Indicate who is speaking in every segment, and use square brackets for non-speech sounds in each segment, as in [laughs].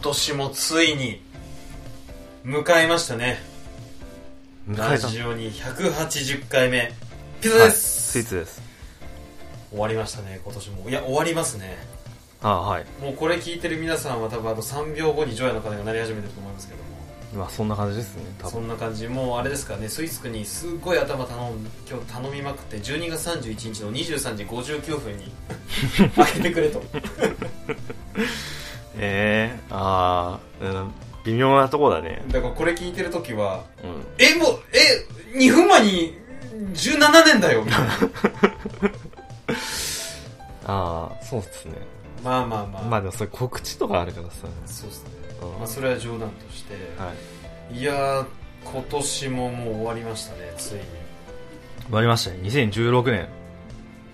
Speaker 1: 年もついに迎えましたね
Speaker 2: 迎えた
Speaker 1: ラジオに180回目ピザで
Speaker 2: ス
Speaker 1: す、
Speaker 2: イーツです
Speaker 1: 終わりましたね今年もいや終わりますね
Speaker 2: あはい
Speaker 1: もうこれ聞いてる皆さんは多分あと3秒後にジョヤの鐘が鳴り始めてると思いますけども
Speaker 2: まあそんな感じですね多
Speaker 1: そ
Speaker 2: 分
Speaker 1: んな感じもうあれですかねスイスクにすっごい頭頼ん今日頼みまくって12月31日の23時59分
Speaker 2: [laughs]
Speaker 1: に開けてくれと
Speaker 2: ええー、ああ、うん、微妙なとこだね
Speaker 1: だからこれ聞いてる時は
Speaker 2: うん
Speaker 1: えもうえ2分前に17年
Speaker 2: [laughs]
Speaker 1: だよみたいな
Speaker 2: ああそうっすね
Speaker 1: まあまあまあ
Speaker 2: まあでもそれ告知とかあるからさ、
Speaker 1: そうですね、
Speaker 2: うん
Speaker 1: まあ、それは冗談として、
Speaker 2: はい
Speaker 1: い、やー今年ももう終わりましたねついに
Speaker 2: 終わりましたね2016年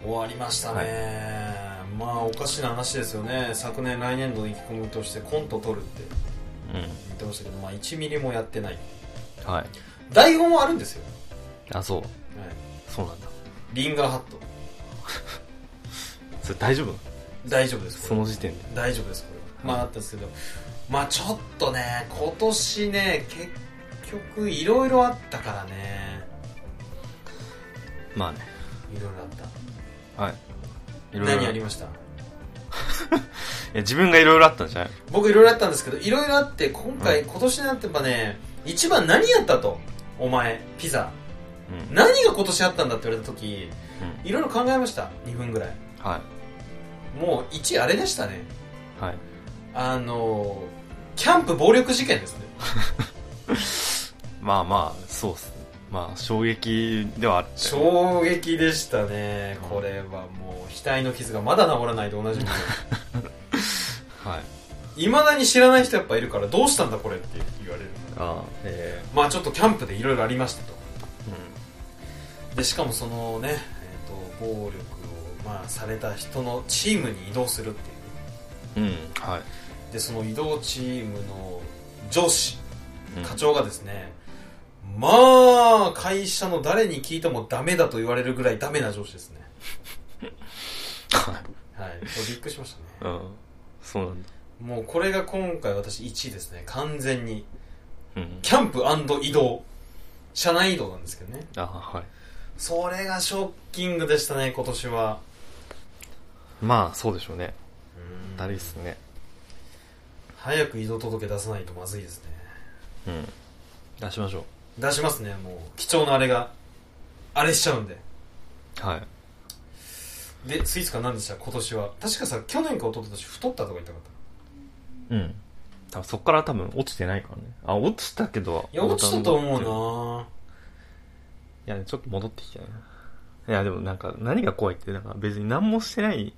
Speaker 1: 終わりましたね、まあおかしな話ですよね昨年来年度の意気込みとしてコント取るって言ってましたけど、まあ、1ミリもやってない
Speaker 2: うんはい
Speaker 1: 台本はあるんですよ、
Speaker 2: あそう
Speaker 1: はい、
Speaker 2: そうなんだ
Speaker 1: リンガーハット
Speaker 2: それ大丈夫
Speaker 1: 大丈夫です
Speaker 2: そ
Speaker 1: これ
Speaker 2: の時点で
Speaker 1: 大丈夫ですこれはまああったんですけどまあちょっとね今年ね結局いろいろあったからね
Speaker 2: まあね
Speaker 1: いろいろあった
Speaker 2: はいいろいろ
Speaker 1: 何ありました
Speaker 2: いや自分がいろいろあったんじゃない
Speaker 1: 僕いろいろあったんですけどいろいろあって今回、今年になってやっぱね一番何やったとお前ピザ
Speaker 2: うん
Speaker 1: 何が今年あったんだって言われた時
Speaker 2: うん
Speaker 1: いろいろ考えました2分ぐらい
Speaker 2: は
Speaker 1: もう1あれでしたね
Speaker 2: いはい
Speaker 1: あのキャンプ暴力事件ですね
Speaker 2: まあまあそうっすねまあ衝撃ではあって
Speaker 1: 衝撃でしたねこれはもう額の傷がまだ治らないで同じみ
Speaker 2: はい
Speaker 1: いまだに知らない人やっぱいるからどうしたんだこれって言われる
Speaker 2: ああえ
Speaker 1: まあちょっとキャンプでいろいろありましたと
Speaker 2: えうん
Speaker 1: でしかもそのね、えー、と暴力を、まあ、された人のチームに移動するっていう
Speaker 2: うんはい、
Speaker 1: でその移動チームの上司
Speaker 2: うん
Speaker 1: 課長がですね、まあ会社の誰に聞いてもダメだと言われるぐらいダメな上司ですね
Speaker 2: はい
Speaker 1: はいこれびっくりしました
Speaker 2: う
Speaker 1: ね
Speaker 2: んそうなんだ
Speaker 1: もうこれが今回私1位ですね完全に
Speaker 2: うん
Speaker 1: キャンプ移動社内移動なんですけどね
Speaker 2: あはい
Speaker 1: それがショッキングでしたね今年は
Speaker 2: まあそうでしょうね
Speaker 1: うん
Speaker 2: だるいっすね
Speaker 1: 早く移動届出さないとまずいですね
Speaker 2: うん出しましょ
Speaker 1: 出しますねもう貴重なあれがあれしちゃうんで
Speaker 2: うはい
Speaker 1: でスイーツか何でした今年は確かさ去年か一昨年太ったとか言ったかった
Speaker 2: うん多分そっから多分落ちてないからねあ落ちたけど
Speaker 1: いや落ちたと思
Speaker 2: いうやちょっと戻ってきたよないやでもなんか何が怖いってなんか別に何もしてない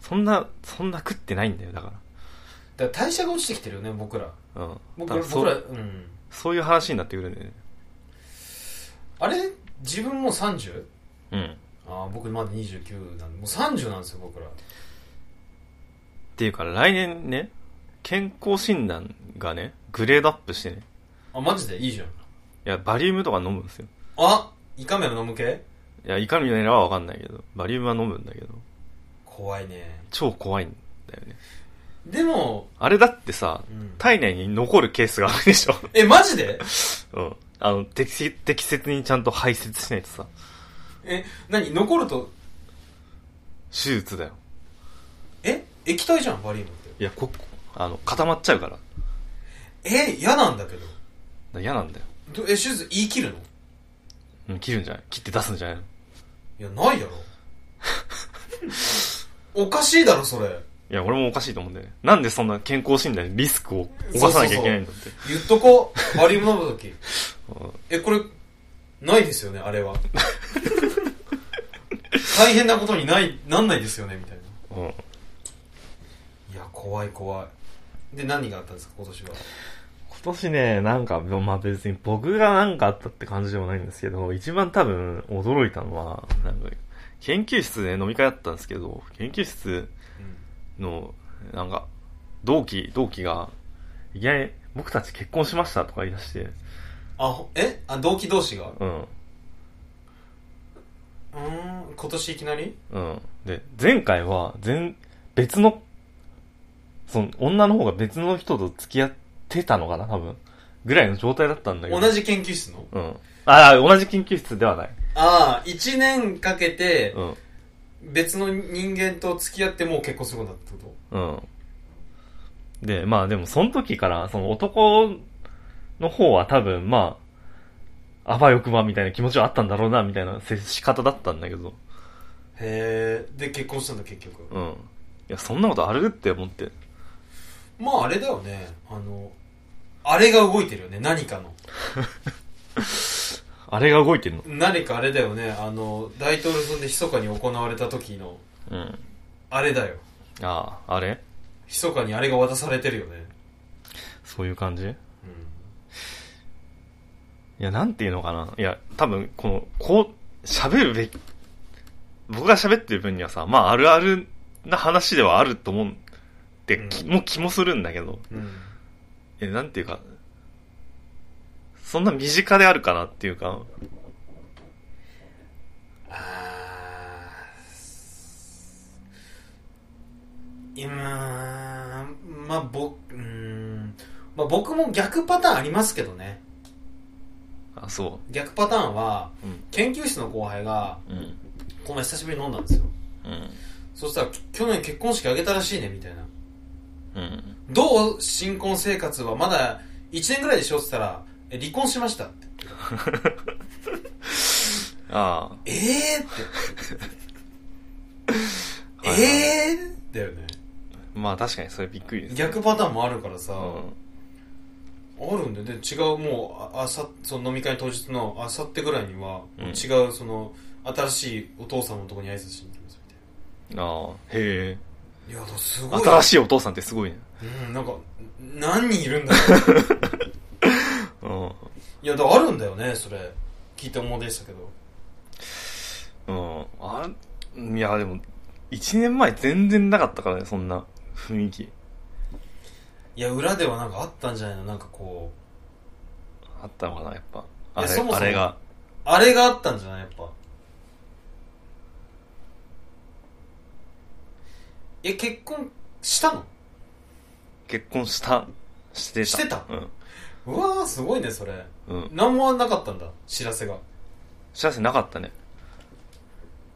Speaker 2: そんなそんな食ってないんだよだか
Speaker 1: なだから代謝が落ちてきてるよね僕ら
Speaker 2: らうん
Speaker 1: 僕
Speaker 2: 多
Speaker 1: ら
Speaker 2: 分そ
Speaker 1: 僕らうん
Speaker 2: そういう話になってくるんだよね
Speaker 1: あれ自分もう 30?
Speaker 2: うん
Speaker 1: ああ僕まだ29なんでもう30なんですよ僕ら
Speaker 2: っていうか来年ね健康診断がねグレードアップしてね
Speaker 1: あマジでいいじゃん
Speaker 2: いやバリウムとか飲むんですよ
Speaker 1: あ胃カメラ飲む系
Speaker 2: いや、いかにやらはわかんないけど、バリウムは飲むんだけど、
Speaker 1: 怖いね
Speaker 2: 超怖いんだよね。
Speaker 1: でも、
Speaker 2: あれだってさ、
Speaker 1: うん
Speaker 2: 体内に残るケースがあるでしょ。 [laughs]
Speaker 1: えマジで
Speaker 2: うん。あの、適切、適切にちゃんと排泄しないとさ、
Speaker 1: え何残ると
Speaker 2: 手術だよ。
Speaker 1: え液体じゃんバリウムって
Speaker 2: いや、こ、あの、固まっちゃうから。だか
Speaker 1: え嫌なんだけど
Speaker 2: ら嫌なんだよ。
Speaker 1: どえ手術言い切るの
Speaker 2: うん、切るんじゃない切って出すんじゃないの
Speaker 1: い
Speaker 2: い
Speaker 1: やないやろおかしいだろそれ
Speaker 2: や、俺もおかしいと思うんだよね。なんでそんな健康診断にリスクを犯さなきゃいけないんだって。
Speaker 1: 言っとこうバリウム飲む時
Speaker 2: うん
Speaker 1: えこれないですよねあれは大変なことにないなんないですよねみたいな
Speaker 2: うん。
Speaker 1: いや怖い怖いで何があったんですか今年は
Speaker 2: 今年ね、なんか、まあ別に僕がなんかあったって感じでもないんですけど、一番多分驚いたのは、なんか、研究室で飲み会だったんですけど、研究室の、なんか、同期、同期が、いきなり、僕たち結婚しましたとか言い出して、
Speaker 1: あほえあ同期同士がう
Speaker 2: うん、
Speaker 1: ーん今年いきなり
Speaker 2: うん。で、前回は、全、別の、その女の方が別の人と付き合ってたのかな、多分。ぐらいの状態だったんだけど。
Speaker 1: 同じ研究室の
Speaker 2: うん。ああ、同じ研究室ではない。
Speaker 1: ああ、1年かけて
Speaker 2: うん。
Speaker 1: 別の人間と付き合ってもう結婚することになったってこ
Speaker 2: うん。で、まあでも、その時から、その男の方は多分、まあ、あばよくばみたいな気持ちはあったんだろうな、みたいな接し方だったんだけど。
Speaker 1: とへえ。で、結婚したんだ、結局。
Speaker 2: うん。いや、そんなことあるって思って。
Speaker 1: まあ、あれだよね。あの、あれが動いてるよね、何かの。
Speaker 2: あれが動いてるの。
Speaker 1: 何かあれだよね、あの、大統領選で密かに行われた時の、
Speaker 2: うん。
Speaker 1: あれだよ。
Speaker 2: ああ、あれ
Speaker 1: 密かにあれが渡されてるよね。
Speaker 2: そういう感じい
Speaker 1: うん。
Speaker 2: や、なんていうのかな。いや、多分、この、こう、喋るべき、僕が喋ってる分にはさ、まあ、あるあるな話ではあると思うって、きもう気もするんだけど。
Speaker 1: うん。
Speaker 2: え、なんていうか、そんな身近であるかなっていうか、
Speaker 1: あー今、まあ僕、うーん、まあ僕も逆パターンありますけどね。
Speaker 2: あ、そ
Speaker 1: 逆パターンは、
Speaker 2: う。うん。
Speaker 1: 研究室の後輩が、
Speaker 2: うん。
Speaker 1: この前久しぶりに飲んだんですよ。
Speaker 2: うん。
Speaker 1: そしたら、き去年結婚式あげたらしいね、みたいな。
Speaker 2: うん。
Speaker 1: どう新婚生活はまだ1年ぐらいでしょって言ったら、え離婚しましたって。
Speaker 2: あ
Speaker 1: えーって。
Speaker 2: あ。はいはい
Speaker 1: えーだよね。
Speaker 2: まあ確かにそれびっくりです。
Speaker 1: 逆パターンもあるからさ、
Speaker 2: うん。
Speaker 1: あるんで、で、違う、もう、あ、あさ、その飲み会当日の、あさってぐらいには、
Speaker 2: うん
Speaker 1: 違う、その、新しいお父さんのとこに挨拶しに行きます、み
Speaker 2: ああ、へえ。
Speaker 1: たいな。いや、だからすごい。
Speaker 2: 新しいお父さんってすごいね。
Speaker 1: うん、なんか、何人いるんだろう。
Speaker 2: うん。
Speaker 1: いや、だからあるんだよね、それ。聞いて思い出したけど。
Speaker 2: うん。あ、いや、でも、一年前全然なかったからね、そんな雰囲気。
Speaker 1: いや、裏ではなんかあったんじゃないのなんかこう、
Speaker 2: あったのかな、やっぱ。あれ、
Speaker 1: そもそも
Speaker 2: あれが。
Speaker 1: あれがあったんじゃないやっぱ。え、結婚したの
Speaker 2: 結婚した、してた。
Speaker 1: してた
Speaker 2: うん。
Speaker 1: うわー、すごいね、それ。
Speaker 2: うん。
Speaker 1: なんもなかったんだ、知らせが。
Speaker 2: 知らせなかったね。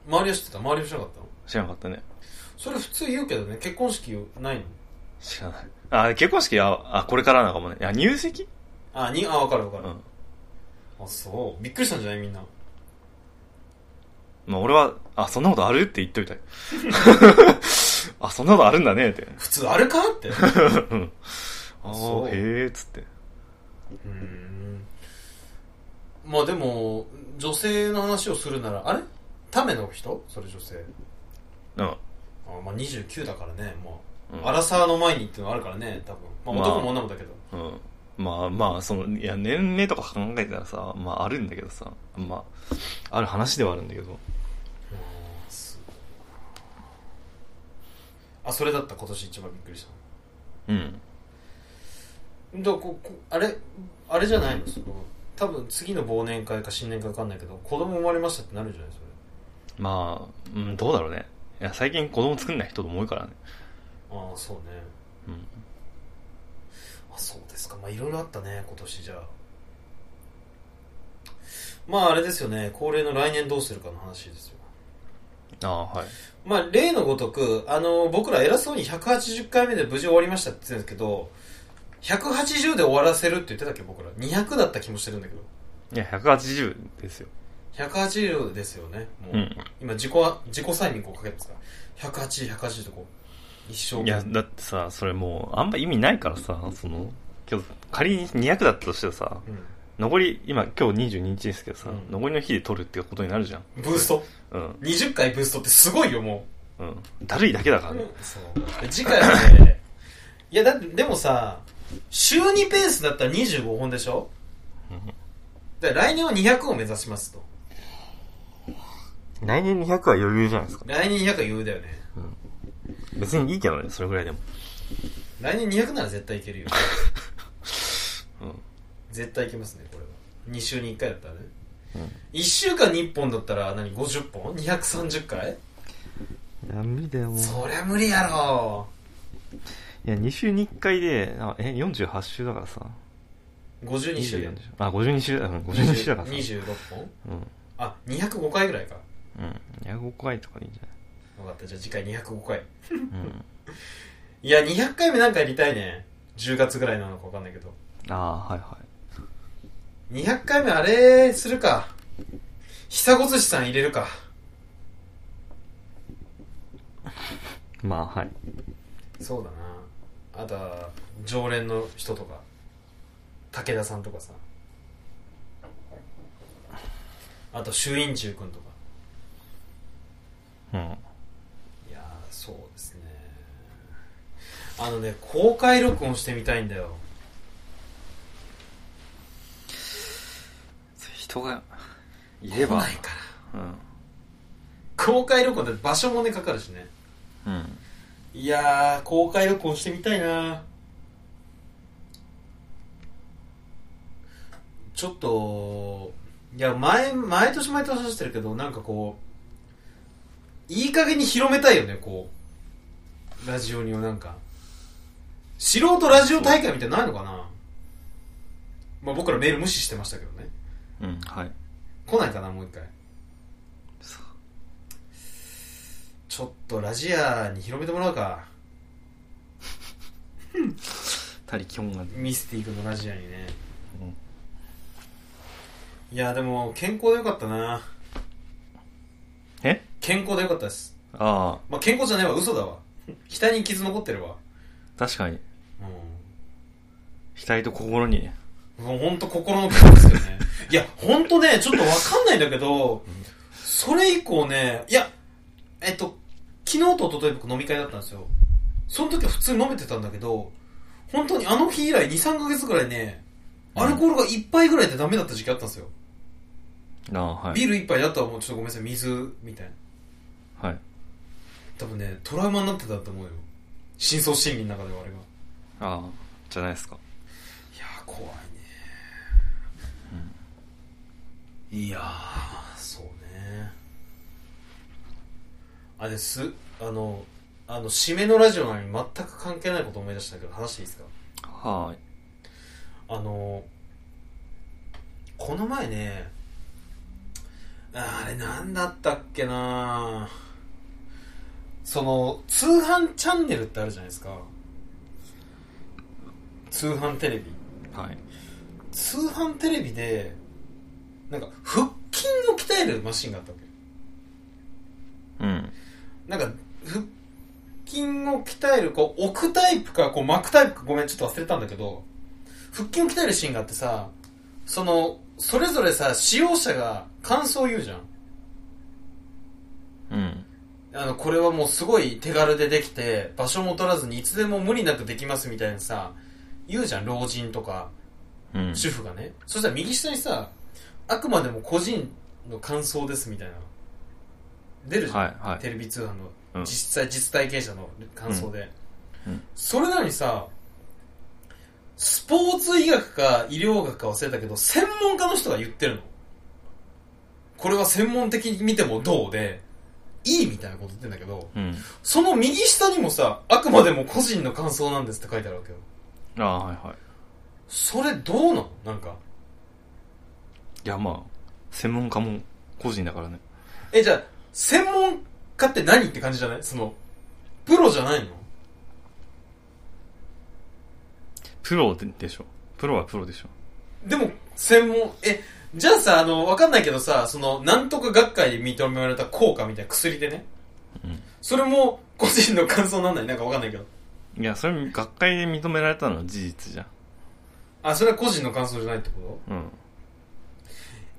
Speaker 1: 周りは知ってた周りは知らなかったの
Speaker 2: 知らなかったね。
Speaker 1: それ普通言うけどね結婚式ないの
Speaker 2: 知らない。あ、結婚式は、あ、これからなのかもね。いや、入籍
Speaker 1: あにあ分かる分
Speaker 2: う
Speaker 1: かる、
Speaker 2: ん。
Speaker 1: あそうびっくりしたんじゃないみんな
Speaker 2: まあ、俺は、あ、そんなことあるって言っといた [laughs] よ。あ、そんなことあるんだねって。
Speaker 1: 普通あるか
Speaker 2: [laughs]
Speaker 1: ってう
Speaker 2: うん。あ
Speaker 1: そう
Speaker 2: あ、へえ、つって。
Speaker 1: ーんまあでも女性の話をするならあれための人それ女性
Speaker 2: うん。
Speaker 1: あまあ29だからねも
Speaker 2: う
Speaker 1: う、
Speaker 2: ん
Speaker 1: アラサーの前にっていうのはあるからね多分、まあ、
Speaker 2: まあ
Speaker 1: 男も女もだけど、
Speaker 2: うん。まあまあ、その、いや、年齢とか考えたらさ、まああるんだけどさ、まあ、ある話ではあるんだけど。
Speaker 1: うんすごいあそれだった今年一番びっくりしたの
Speaker 2: うん。
Speaker 1: だからここあれあれじゃないのその多分次の忘年会か新年会か分かんないけど子供生まれましたってなるんじゃないそれ
Speaker 2: まあ、うん、どうだろうね。いや、最近子供作んない人も多いからね。
Speaker 1: ああそうね
Speaker 2: うん。
Speaker 1: あそうですかまあいろいろあったね今年じゃあまああれですよね恒例の来年どうするかの話ですよ
Speaker 2: ああ、はい。
Speaker 1: まあ例のごとくあの僕ら偉そうに180回目で無事終わりましたって言ってるんですけど180で終わらせるって言ってたっけ僕ら200だった気もしてるんだけど
Speaker 2: いや、180ですよ。
Speaker 1: 180ですよねもう、
Speaker 2: うん。
Speaker 1: 今自己は自己催眠こうかけてますから180180とこう一生
Speaker 2: いや、だってさ、それもう、あんま意味ないからさ、その、今日、仮に200だったとしてさ、
Speaker 1: うん、
Speaker 2: 残り、今、今日22日ですけどさ、
Speaker 1: うん
Speaker 2: 残りの日で取るってことになるじゃん。
Speaker 1: ブースト
Speaker 2: うん、
Speaker 1: 20回ブーストってすごいよも
Speaker 2: うん。だるいだけだか
Speaker 1: う、
Speaker 2: らね。
Speaker 1: そうで次回はねいやだってでもさ週2ペースだったら25本でしょだから来年は200を目指しますと
Speaker 2: 来年200は余裕じゃないですか。
Speaker 1: 来年200は言うだよね
Speaker 2: 別にいいけどね、それぐらいでも。
Speaker 1: 来年200なら絶対いけるよ
Speaker 2: [laughs] うん。
Speaker 1: 絶対いけますねこれは2週に1回だったらね
Speaker 2: うん
Speaker 1: 1週間に1本だったら何50本 ?230 回
Speaker 2: いや、無理だよ、も
Speaker 1: そりゃ無理やろ
Speaker 2: いや、2週に1回で、あえ、48週だからさ。
Speaker 1: 52週
Speaker 2: 24週あ、52週、うん、52週だからさ。
Speaker 1: 26本
Speaker 2: うん。
Speaker 1: あ205回ぐらいか
Speaker 2: うん。205回とかでいいんじ
Speaker 1: 分かったじゃあ次回205回
Speaker 2: ゃないうん。
Speaker 1: いや200回目なんかやりたいね10月ぐらいなのか分かんないけど
Speaker 2: ああ、はいはい。
Speaker 1: 200回目あれするか久子寿司さん入れるか
Speaker 2: まあ、はい。
Speaker 1: そうだなあとは常連の人とか武田さんとかさあと朱印中君とか
Speaker 2: うん。
Speaker 1: いやーそうですねあのね公開録音してみたいんだよ
Speaker 2: 人がい
Speaker 1: 来ないか
Speaker 2: うん。
Speaker 1: ら公開録音って場所もねかかるしね
Speaker 2: うん。
Speaker 1: いやー公開録音してみたいなちょっといや前毎年毎年話してるけどなんかこういい加減に広めたいよねこうラジオにをなんか素人ラジオ大会みたいなのないのかなまあ僕らメール無視してましたけどね
Speaker 2: うん、はい。
Speaker 1: 来ないかなもう一回
Speaker 2: そ
Speaker 1: ちょっとラジアに広めてもらうか
Speaker 2: 他力本願。
Speaker 1: ミスティ君のラジアにね
Speaker 2: うん。
Speaker 1: いやでも健康でよかったな
Speaker 2: え
Speaker 1: 健康でよかったです
Speaker 2: あ
Speaker 1: まあ健康じゃないわ嘘だわ額に傷残ってるわ
Speaker 2: あ、確かに。
Speaker 1: う
Speaker 2: 額と心にね。
Speaker 1: んもうほんと心の傷ですけど
Speaker 2: [laughs]
Speaker 1: ねいやほんとねちょっとわかんないんだけどそれ以降ねいやえっと昨日と一昨日僕飲み会だったんですよその時は普通に飲めてたんだけど本当にあの日以来23ヶ月ぐらいねアルコールが1杯ぐらいでダメだった時期あったんですよ、
Speaker 2: ああ、はい。
Speaker 1: ビール1杯だったらもうちょっとごめんなさい水みたいな
Speaker 2: はい。
Speaker 1: 多分ねトラウマになってたと思うよ深層心理の中では俺が
Speaker 2: ああ、じゃないですか。
Speaker 1: いやー怖いね、いやーそうねあですあのあの締めのラジオなのに全く関係ないこと思い出したけど話していいですか
Speaker 2: はーい。
Speaker 1: あのこの前ねああれなんだったっけなその通販チャンネルってあるじゃないですか通販テレビ
Speaker 2: はい。
Speaker 1: 通販テレビでなんか腹筋を鍛えるマシンがあったわけ
Speaker 2: うん。
Speaker 1: なんか腹筋を鍛えるこう置くタイプかこう巻くタイプかごめんちょっと忘れたんだけど腹筋を鍛えるシーンがあってさそのそれぞれさ使用者が感想を言うじゃん
Speaker 2: うん。
Speaker 1: あのこれはもうすごい手軽でできて場所も取らずにいつでも無理なくできますみたいなさ言うじゃん老人とか
Speaker 2: うん。
Speaker 1: 主婦がね、そしたら右下にさあくまでも個人の感想ですみたいなの出るじゃん、
Speaker 2: はい、は
Speaker 1: テレビ通販
Speaker 2: うん
Speaker 1: の実際、実体験者の感想で、
Speaker 2: うんうん
Speaker 1: それなのにさスポーツ医学か医療学か忘れたけど専門家の人が言ってるのこれは専門的に見てもどうで、いいみたいなこと言ってんだけど
Speaker 2: い。うん。
Speaker 1: その右下にもさあくまでも個人の感想なんですって書いてあるわけよ
Speaker 2: ああ、はい、はい。
Speaker 1: それどうなのなんか
Speaker 2: いや、まあ、専門家も個人だからね。
Speaker 1: え、じゃあ、専門家って何って感じじゃないその、プロじゃないの
Speaker 2: プロででしょ。プロはプロでしょ。
Speaker 1: でも、専門、え、じゃあさ、あの、わかんないけどさ、その、なんとか学会で認められた効果みたいな薬でね。
Speaker 2: うん。
Speaker 1: それも、個人の感想なんないなんかわかんないけど。
Speaker 2: いや、それ、学会で認められたのは事実じゃん。
Speaker 1: あ、それは個人の感想じゃないってこと
Speaker 2: うん。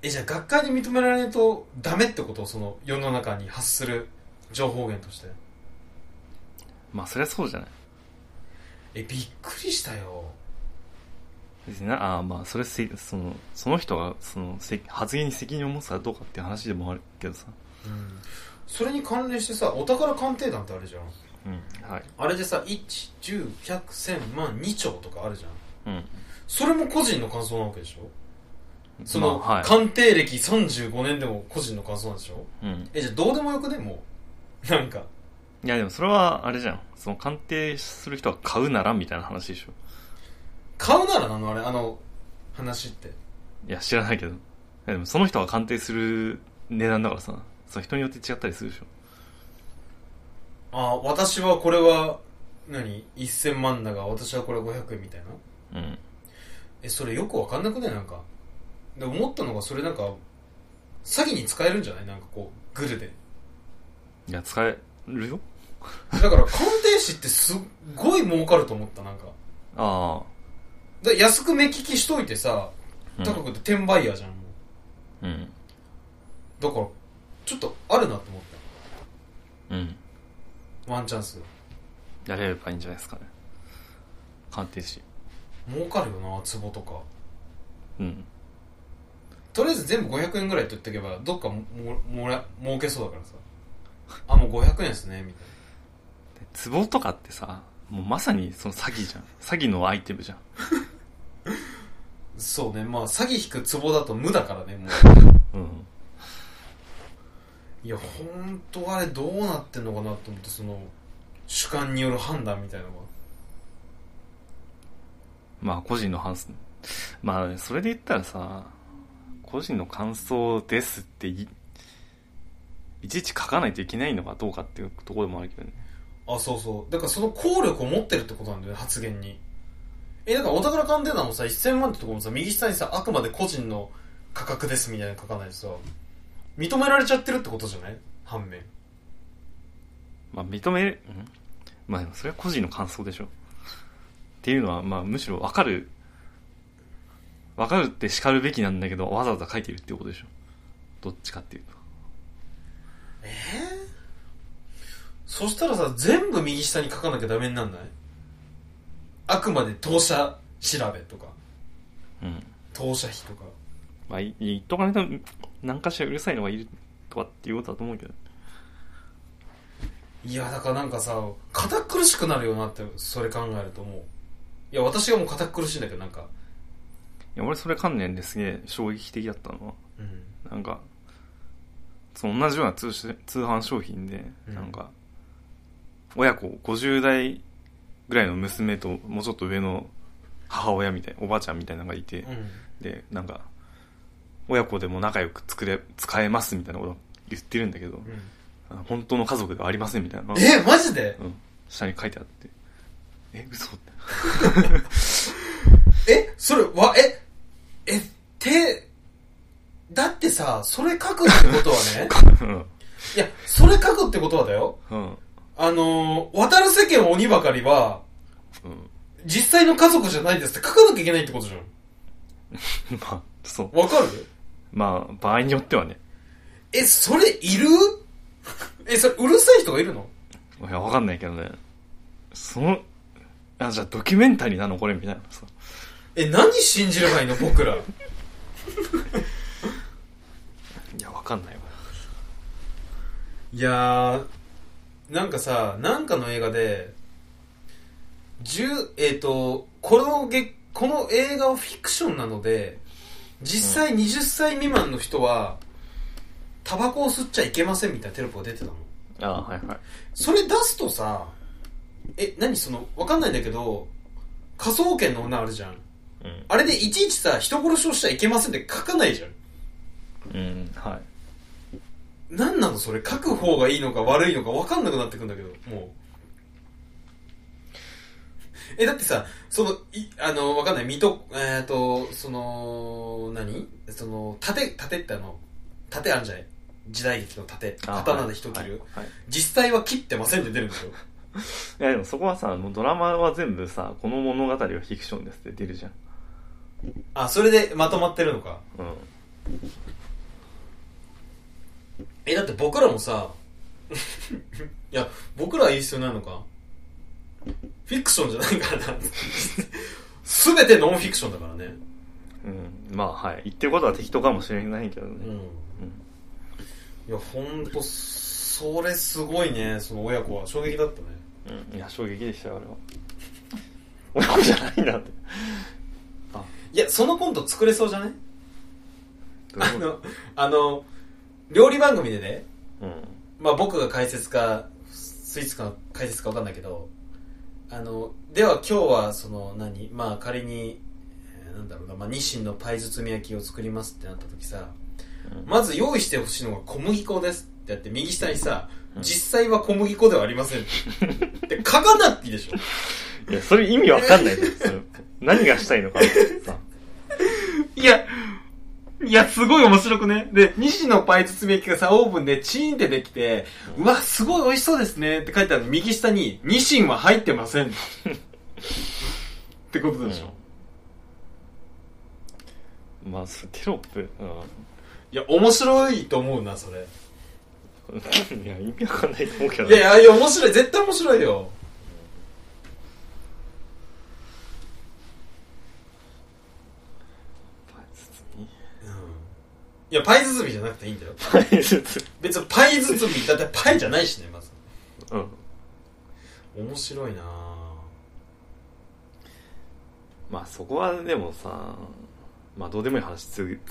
Speaker 1: え、じゃあ学会で認められないとダメってことその、世の中に発する情報源として。
Speaker 2: まあ、そりゃそうじゃない。
Speaker 1: え、びっくりしたよ。
Speaker 2: 別にな、ああ、まあ、それせ、その、その人が、その、せ発言に責任を持つかどうかっていう話でもあるけどさ。
Speaker 1: うん。それに関連してさ、お宝鑑定団ってあるじゃん。
Speaker 2: うん。はい。
Speaker 1: あれでさ1 1 0 1 0 0 1000万2兆とかあるじゃん
Speaker 2: うん。
Speaker 1: それも個人の感想なわけでしょその、
Speaker 2: まあ、は
Speaker 1: 鑑定歴35年でも個人の感想なんでしょ
Speaker 2: い。うん。
Speaker 1: えじゃあどうでもよくねもうなんか
Speaker 2: いやでもそれはあれじゃん。その鑑定する人は買うならみたいな話でしょ。
Speaker 1: 買うならなのあれ、あの、話って。
Speaker 2: いや知らないけど。いやでもその人は鑑定する値段だからさ。その人によって違ったりするでしょ。
Speaker 1: あー私はこれは、何 ?1000 万だが、私はこれは500円みたいな。
Speaker 2: うん。
Speaker 1: え、それよくわかんなくないなんか。で、思ったのが、それなんか、詐欺に使えるんじゃないなんかこう、グルで。
Speaker 2: いや、使えるよ
Speaker 1: だから、鑑定士ってすっごい儲かると思った、なんか。
Speaker 2: あ
Speaker 1: だ安く目利きしといてさ、
Speaker 2: あ。
Speaker 1: 高くて転売ヤーじゃん、も
Speaker 2: うん。うん。
Speaker 1: う。だから、ちょっとあるなと思っ
Speaker 2: うん。
Speaker 1: た。ワンチャンス。
Speaker 2: やればいいんじゃないですかね。鑑定士。
Speaker 1: 儲かるよな、壺とか。
Speaker 2: うん。
Speaker 1: とりあえず全部500円ぐらいって言ってけば、どっかも、もら、儲けそうだからさ。あ、もう500円ですね、みたい
Speaker 2: ツボとかってさ、もうまさにその詐欺じゃん。詐欺のアイテムじゃん。
Speaker 1: な。そうね、まあ、詐欺引く壺だと無だからね、もう。
Speaker 2: うん。
Speaker 1: いや、本当あれどうなってんのかなと思って、その、主観による判断みたいなのが。
Speaker 2: まあ個人の反すまあそれで言ったらさ、個人の感想ですってい、いちいち書かないといけないのかどうかっていうところでもあるけどね。
Speaker 1: あ、そうそう。だからその効力を持ってるってことなんだよね、発言に。え、だからお宝鑑定団もさ、1000万ってとこもさ、右下にさ、あくまで個人の価格ですみたいなの書かないとさ、認められちゃってるってことじゃない反面。
Speaker 2: まあ認め、うんまあでもそれは個人の感想でしょ。っていうのは、まあむしろわかる、わかるって叱るべきなんだけど、わざわざ書いてるっていうことでしょ。どっちかっていうと。
Speaker 1: えー、そしたらさ、全部右下に書かなきゃダメになんないあくまで当社調べとか、
Speaker 2: うん。
Speaker 1: 当社費とか。
Speaker 2: まあ、い言っとかないと、何かしらうるさいのがいるとかっていうことだと思うけど。
Speaker 1: いや、だからなんかさ、堅苦しくなるよなって、それ考えると思う。いや、私がもう堅苦しいんだけど、なんか。
Speaker 2: いや、俺それ関連ですげえ衝撃的だったのは、
Speaker 1: うん。
Speaker 2: なんか、その同じような通し通販商品で、
Speaker 1: うん
Speaker 2: なんか、親子50代ぐらいの娘と、もうちょっと上の母親みたい、おばあちゃんみたいなのがいて、
Speaker 1: うん。
Speaker 2: で、なんか、親子でも仲良く作れ、使えますみたいなことを言ってるんだけど、あの本当の家族ではありませんみたいなのが
Speaker 1: え、マジで
Speaker 2: うん、下に書いてあって、え、嘘って。
Speaker 1: え、それ、わ、え、え、て、だってさ、それ書くってことはね、
Speaker 2: [laughs] うん
Speaker 1: いや、それ書くってことはだよ。
Speaker 2: うん。
Speaker 1: あのー、渡る世間は鬼ばかりは、
Speaker 2: うん。
Speaker 1: 実際の家族じゃないですって書かなきゃいけないってことじゃん。
Speaker 2: まあ、そう。
Speaker 1: わかる
Speaker 2: まあ、場合によってはね。
Speaker 1: え、それいるえ、それうるさい人がいるの
Speaker 2: いや、わかんないけどね。その、あ、じゃあドキュメンタリーなのこれみたいなさ。
Speaker 1: え、何信じればいいの僕ら。
Speaker 2: いや、わかんないわ。
Speaker 1: いやー、なんかさ、なんかの映画で、十えっ、と、このげ、この映画はフィクションなので、実際20歳未満の人は、タバコを吸っちゃいけませんみたいなテロップが出てたの。
Speaker 2: あはいはい。
Speaker 1: それ出すとさ、え、何その、わかんないんだけど、科捜研の女あるじゃん。
Speaker 2: うん。
Speaker 1: あれでいちいちさ、人殺しをしちゃいけませんって書かないじゃん。
Speaker 2: うん、はい。
Speaker 1: なんなのそれ書く方がいいのか悪いのか分かんなくなってくんだけど、もう。え、だってさ、その、い、あの、わかんない、水戸、えっ、と、その、何その、盾、盾ってあの、盾あるじゃない時代劇の盾。刀で人切る。
Speaker 2: はい。はい
Speaker 1: 実際は切ってませんって出るんでしょ
Speaker 2: いや、でもそこはさ、もうドラマは全部さ、この物語はフィクションですって出るじゃん。
Speaker 1: あ、それでまとまってるのか。
Speaker 2: うん。
Speaker 1: え、だって僕らもさ、いや、僕らは言う必要ないのかフィクションじゃないからな。すべてノンフィクションだからね。
Speaker 2: うん。まあ、はい。言ってることは適当かもしれないけど
Speaker 1: うん
Speaker 2: ね。。
Speaker 1: いや、ほんと、それすごいね、その親子は。衝撃だったね。
Speaker 2: うん。うん。いや、衝撃でしたよ、あれは。親子じゃないんだって。あ、
Speaker 1: いや、そのコント作れそうじゃない
Speaker 2: ど
Speaker 1: [laughs]
Speaker 2: う
Speaker 1: あ
Speaker 2: いうこ
Speaker 1: の、あの、料理番組でね、
Speaker 2: とうん。
Speaker 1: まあ僕が解説家スイーツか解説か分かんないけどあのでは今日はその何まあ仮に、えーなんだろうな、まあ、日清のパイ包み焼きを作りますってなった時さまず用意してほしいのが小麦粉ですってやって右下にさ
Speaker 2: うん
Speaker 1: 実際は小麦粉ではありませんって書かなくていいでしょ
Speaker 2: いや、それ意味わかんないですよ。何がしたいのかってさ。
Speaker 1: いや、いや、すごい面白くね。で、西のパイ包み焼きがさ、オーブンでチーンってできて、うわ、すごい美味しそうですねって書いてあるの右下に、ニシンは入ってません。ってことでしょ。
Speaker 2: うんまあ、そうテロップ、
Speaker 1: いや、面白いと思うな、それ。
Speaker 2: うん。 [laughs] いや、意味わかんないと思うけど。
Speaker 1: いやいや、いや、面白い。絶対面白いよ。
Speaker 2: パイ
Speaker 1: いや、パイ包みじゃなくていいんだよ。
Speaker 2: 包み。パイ包
Speaker 1: 別にパイ包み、だってパイじゃないしね、まず。
Speaker 2: み。うん。
Speaker 1: 面白いなぁ
Speaker 2: まあ、そこはでもさ、まあ、どうでもいい話続く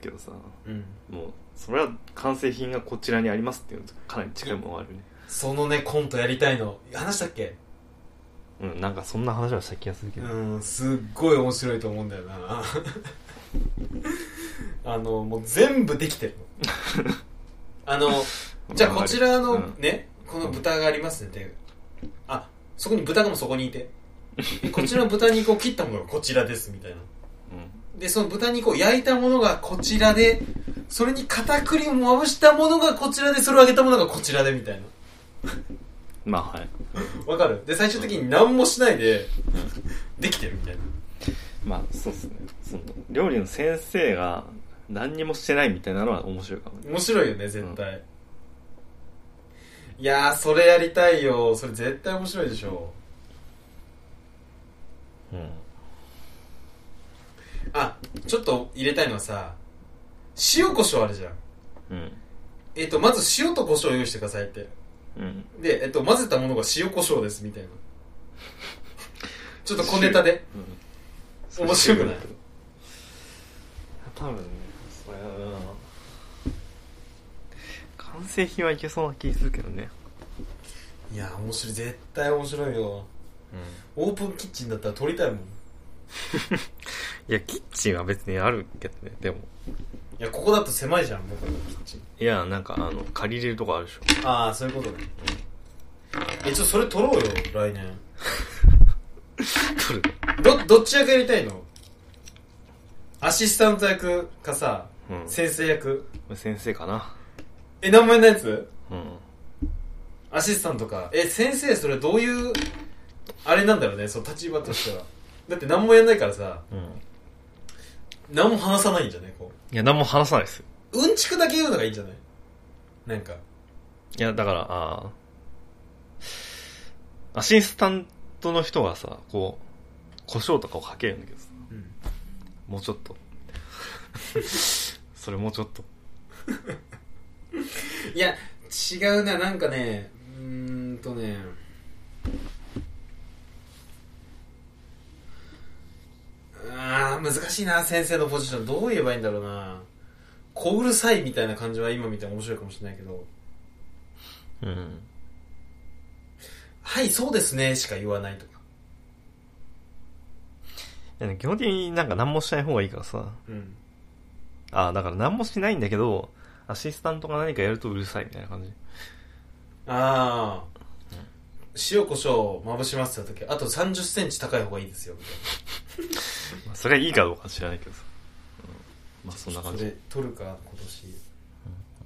Speaker 2: けどさ、
Speaker 1: うん。
Speaker 2: もう、それは完成品がこちらにありますっていうのとかなり近いものがあるね。
Speaker 1: そのね、コントやりたいの。話したっけ
Speaker 2: うん、なんかそんな話はした気がするけど。
Speaker 1: うん、すっごい面白いと思うんだよな。 [laughs] あの、もう全部できてるの。 [laughs] あの、じゃあこちら
Speaker 2: う
Speaker 1: の
Speaker 2: ん
Speaker 1: ね、この豚がありますねって。あ、そこに豚がもうそこにい [laughs] て。でこちらの豚肉を切ったものがこちらです、みたいな。
Speaker 2: う
Speaker 1: で、その豚肉を焼いたものがこちらで、それに片栗をまぶしたものがこちらで、それを揚げたものがこちらで、みたいな。
Speaker 2: ん。まあ、はい。
Speaker 1: わかるで、最終的に何もしないで、できてるみたいな。
Speaker 2: まあ、そうっすね。その、料理の先生が何にもしてないみたいなのは面白いかもね。
Speaker 1: 面白いよね絶対、いやーそれやりたいよそれ絶対面白いでしょ
Speaker 2: うん。
Speaker 1: あちょっと入れたいのはさ塩コショウあるじゃん
Speaker 2: うん。
Speaker 1: えっ、とまず塩とコショウ用意してくださいって
Speaker 2: うん。
Speaker 1: で、えっと混ぜたものが塩コショウですみたいなちょっと小ネタで
Speaker 2: うん
Speaker 1: 面白くない
Speaker 2: 多分ねそれは完成品はいけそうな気するけどね
Speaker 1: いやー面白い絶対面白いよオープンキッチンだったら撮りたいもんい
Speaker 2: いやキッチンは別にあるけどねでも
Speaker 1: やここだと狭いじゃん僕のキッチン
Speaker 2: いやなんかあの借りれるとこあるでしょ
Speaker 1: ああそういうことねえちょっとそれ撮ろうよ来年
Speaker 2: 取る
Speaker 1: ど、どっち役やりたいのアシスタント役かさ、
Speaker 2: うん
Speaker 1: 先生役。
Speaker 2: 先生かな
Speaker 1: え、名前のやつ
Speaker 2: うん
Speaker 1: アシスタントか。え、先生それどういう、あれなんだろうね、その立場としては。だって何もやんないからさ、
Speaker 2: うん
Speaker 1: 何も話さないんじゃないこ
Speaker 2: いや何も話さないですよ
Speaker 1: う。うんちくだけ言うのがいいんじゃないなんか。
Speaker 2: いやだからあーアシスタントの人がさこう胡椒とかをかけるんだけどさ
Speaker 1: うん。
Speaker 2: もうちょっ [laughs] とそれもうちょっと
Speaker 1: いや、違うな、なんかね、うーんとね、あー難しいな、先生のポジション。どう言えばいいんだろうな。小うるさいみたいな感じは今見て面白いかもしれないけど、
Speaker 2: うん
Speaker 1: はい、そうですね、しか言わないとか。
Speaker 2: いや基本的になんか何もしない方がいいからさ。
Speaker 1: うん。
Speaker 2: ああ、だから何もしないんだけど、アシスタントが何かやるとうるさいみたいな感じ。
Speaker 1: あー。塩コショウをまぶしますって時あと30センチ高い方がいいですよみたい
Speaker 2: まあ、それはいいかどうかは知らないけどさ。うん、まあそんな
Speaker 1: な
Speaker 2: 感
Speaker 1: そ
Speaker 2: じ
Speaker 1: れ。取るか今年終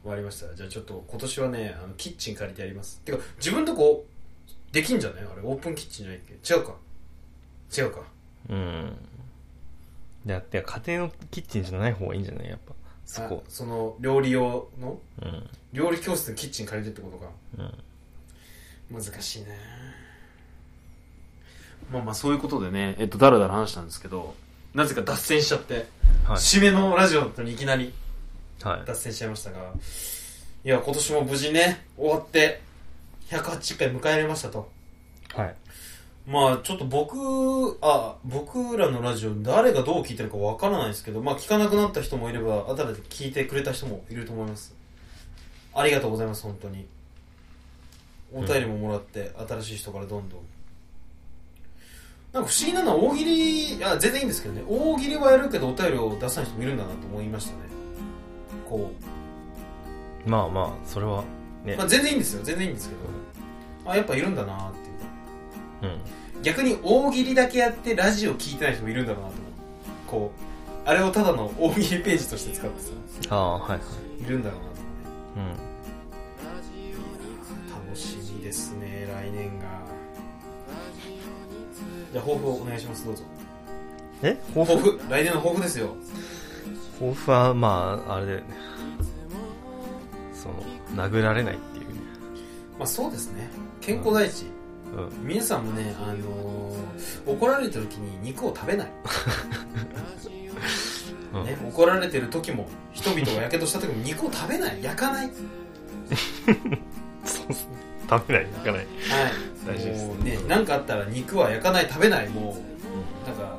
Speaker 1: わりましたじゃあちょっと今年はねあのキッチン借りてやりますてか自分とこできんじゃないあれオープンキッチンじゃないっけ違うか違うか
Speaker 2: うん。いや、いや家庭のキッチンじゃない方がいいんじゃないやっぱ。そこ
Speaker 1: あ。その料理用の
Speaker 2: うん。
Speaker 1: 料理教室のキッチン借りてってことか
Speaker 2: うん。
Speaker 1: 難しいねまあまあそういうことでねえっとだらだら話したんですけどなぜか脱線しちゃって、
Speaker 2: は
Speaker 1: 締めのラジオとにいきなり
Speaker 2: い。はい。
Speaker 1: 脱線しちゃいましたがいや今年も無事ね終わって108回迎えられましたと
Speaker 2: はい。
Speaker 1: まあちょっと僕、あ、僕らのラジオ誰がどう聞いてるかわからないですけど、まあ聞かなくなった人もいれば、後で聞いてくれた人もいると思います。ありがとうございます、本当に。お便りももらって、新しい人からどんどんなんか不思議なのは大喜利あ全然いいんですけどね大喜利はやるけどお便りを出さない人もいるんだなと思いましたねこ
Speaker 2: まあまあ、それは、
Speaker 1: う、
Speaker 2: ね
Speaker 1: まあ、。全然いいんですよ全然いいんですけどあやっぱいるんだなっていう
Speaker 2: うん。
Speaker 1: 逆に大喜利だけやってラジオ聞いてない人もいるんだなと思うこうあれをただの大喜利ページとして使ってさ
Speaker 2: ああ、はい。
Speaker 1: いるんだろうなと思って
Speaker 2: うん。
Speaker 1: 楽しみですね来年がじゃあ抱負をお願いしますどうぞ
Speaker 2: え抱
Speaker 1: 抱
Speaker 2: 負
Speaker 1: 負来年の抱負ですよ
Speaker 2: 抱負は、まあ、あれだよね。その、殴られないっていうね。
Speaker 1: まあそうですね健康第一、
Speaker 2: うん。
Speaker 1: 皆さんもねあのー怒られてる時に肉を食べない、
Speaker 2: うん
Speaker 1: ね、怒られてる時も人々がやけどした時も肉を食べない焼かないはい
Speaker 2: そうですね。食べない、行かない。大事ですね
Speaker 1: もうね何かあったら肉は焼かない食べないもうなんかわ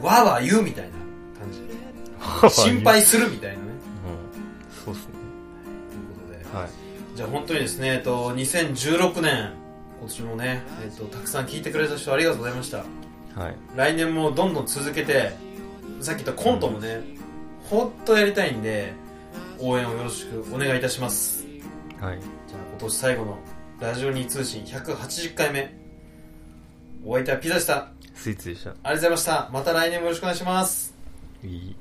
Speaker 1: ーわー言うみたいな感じ心。配するみたいなね
Speaker 2: うん。そうですね。
Speaker 1: ということで
Speaker 2: はい。
Speaker 1: じゃあ本当にですね、えっと、2016年、今年もね、えっと、たくさん聞いてくれた人ありがとうございました。
Speaker 2: はい。
Speaker 1: 来年もどんどん続けて、さっき言ったコントもね、ほっとやりたいんで、応援をよろしくお願いいたします。じ
Speaker 2: はい。
Speaker 1: ゃあ今年最後のラジオに通信180回目。お相手はピザでした。あり
Speaker 2: スイーツでした。
Speaker 1: がとうございました。また来年もよろしくお願いします。
Speaker 2: いい。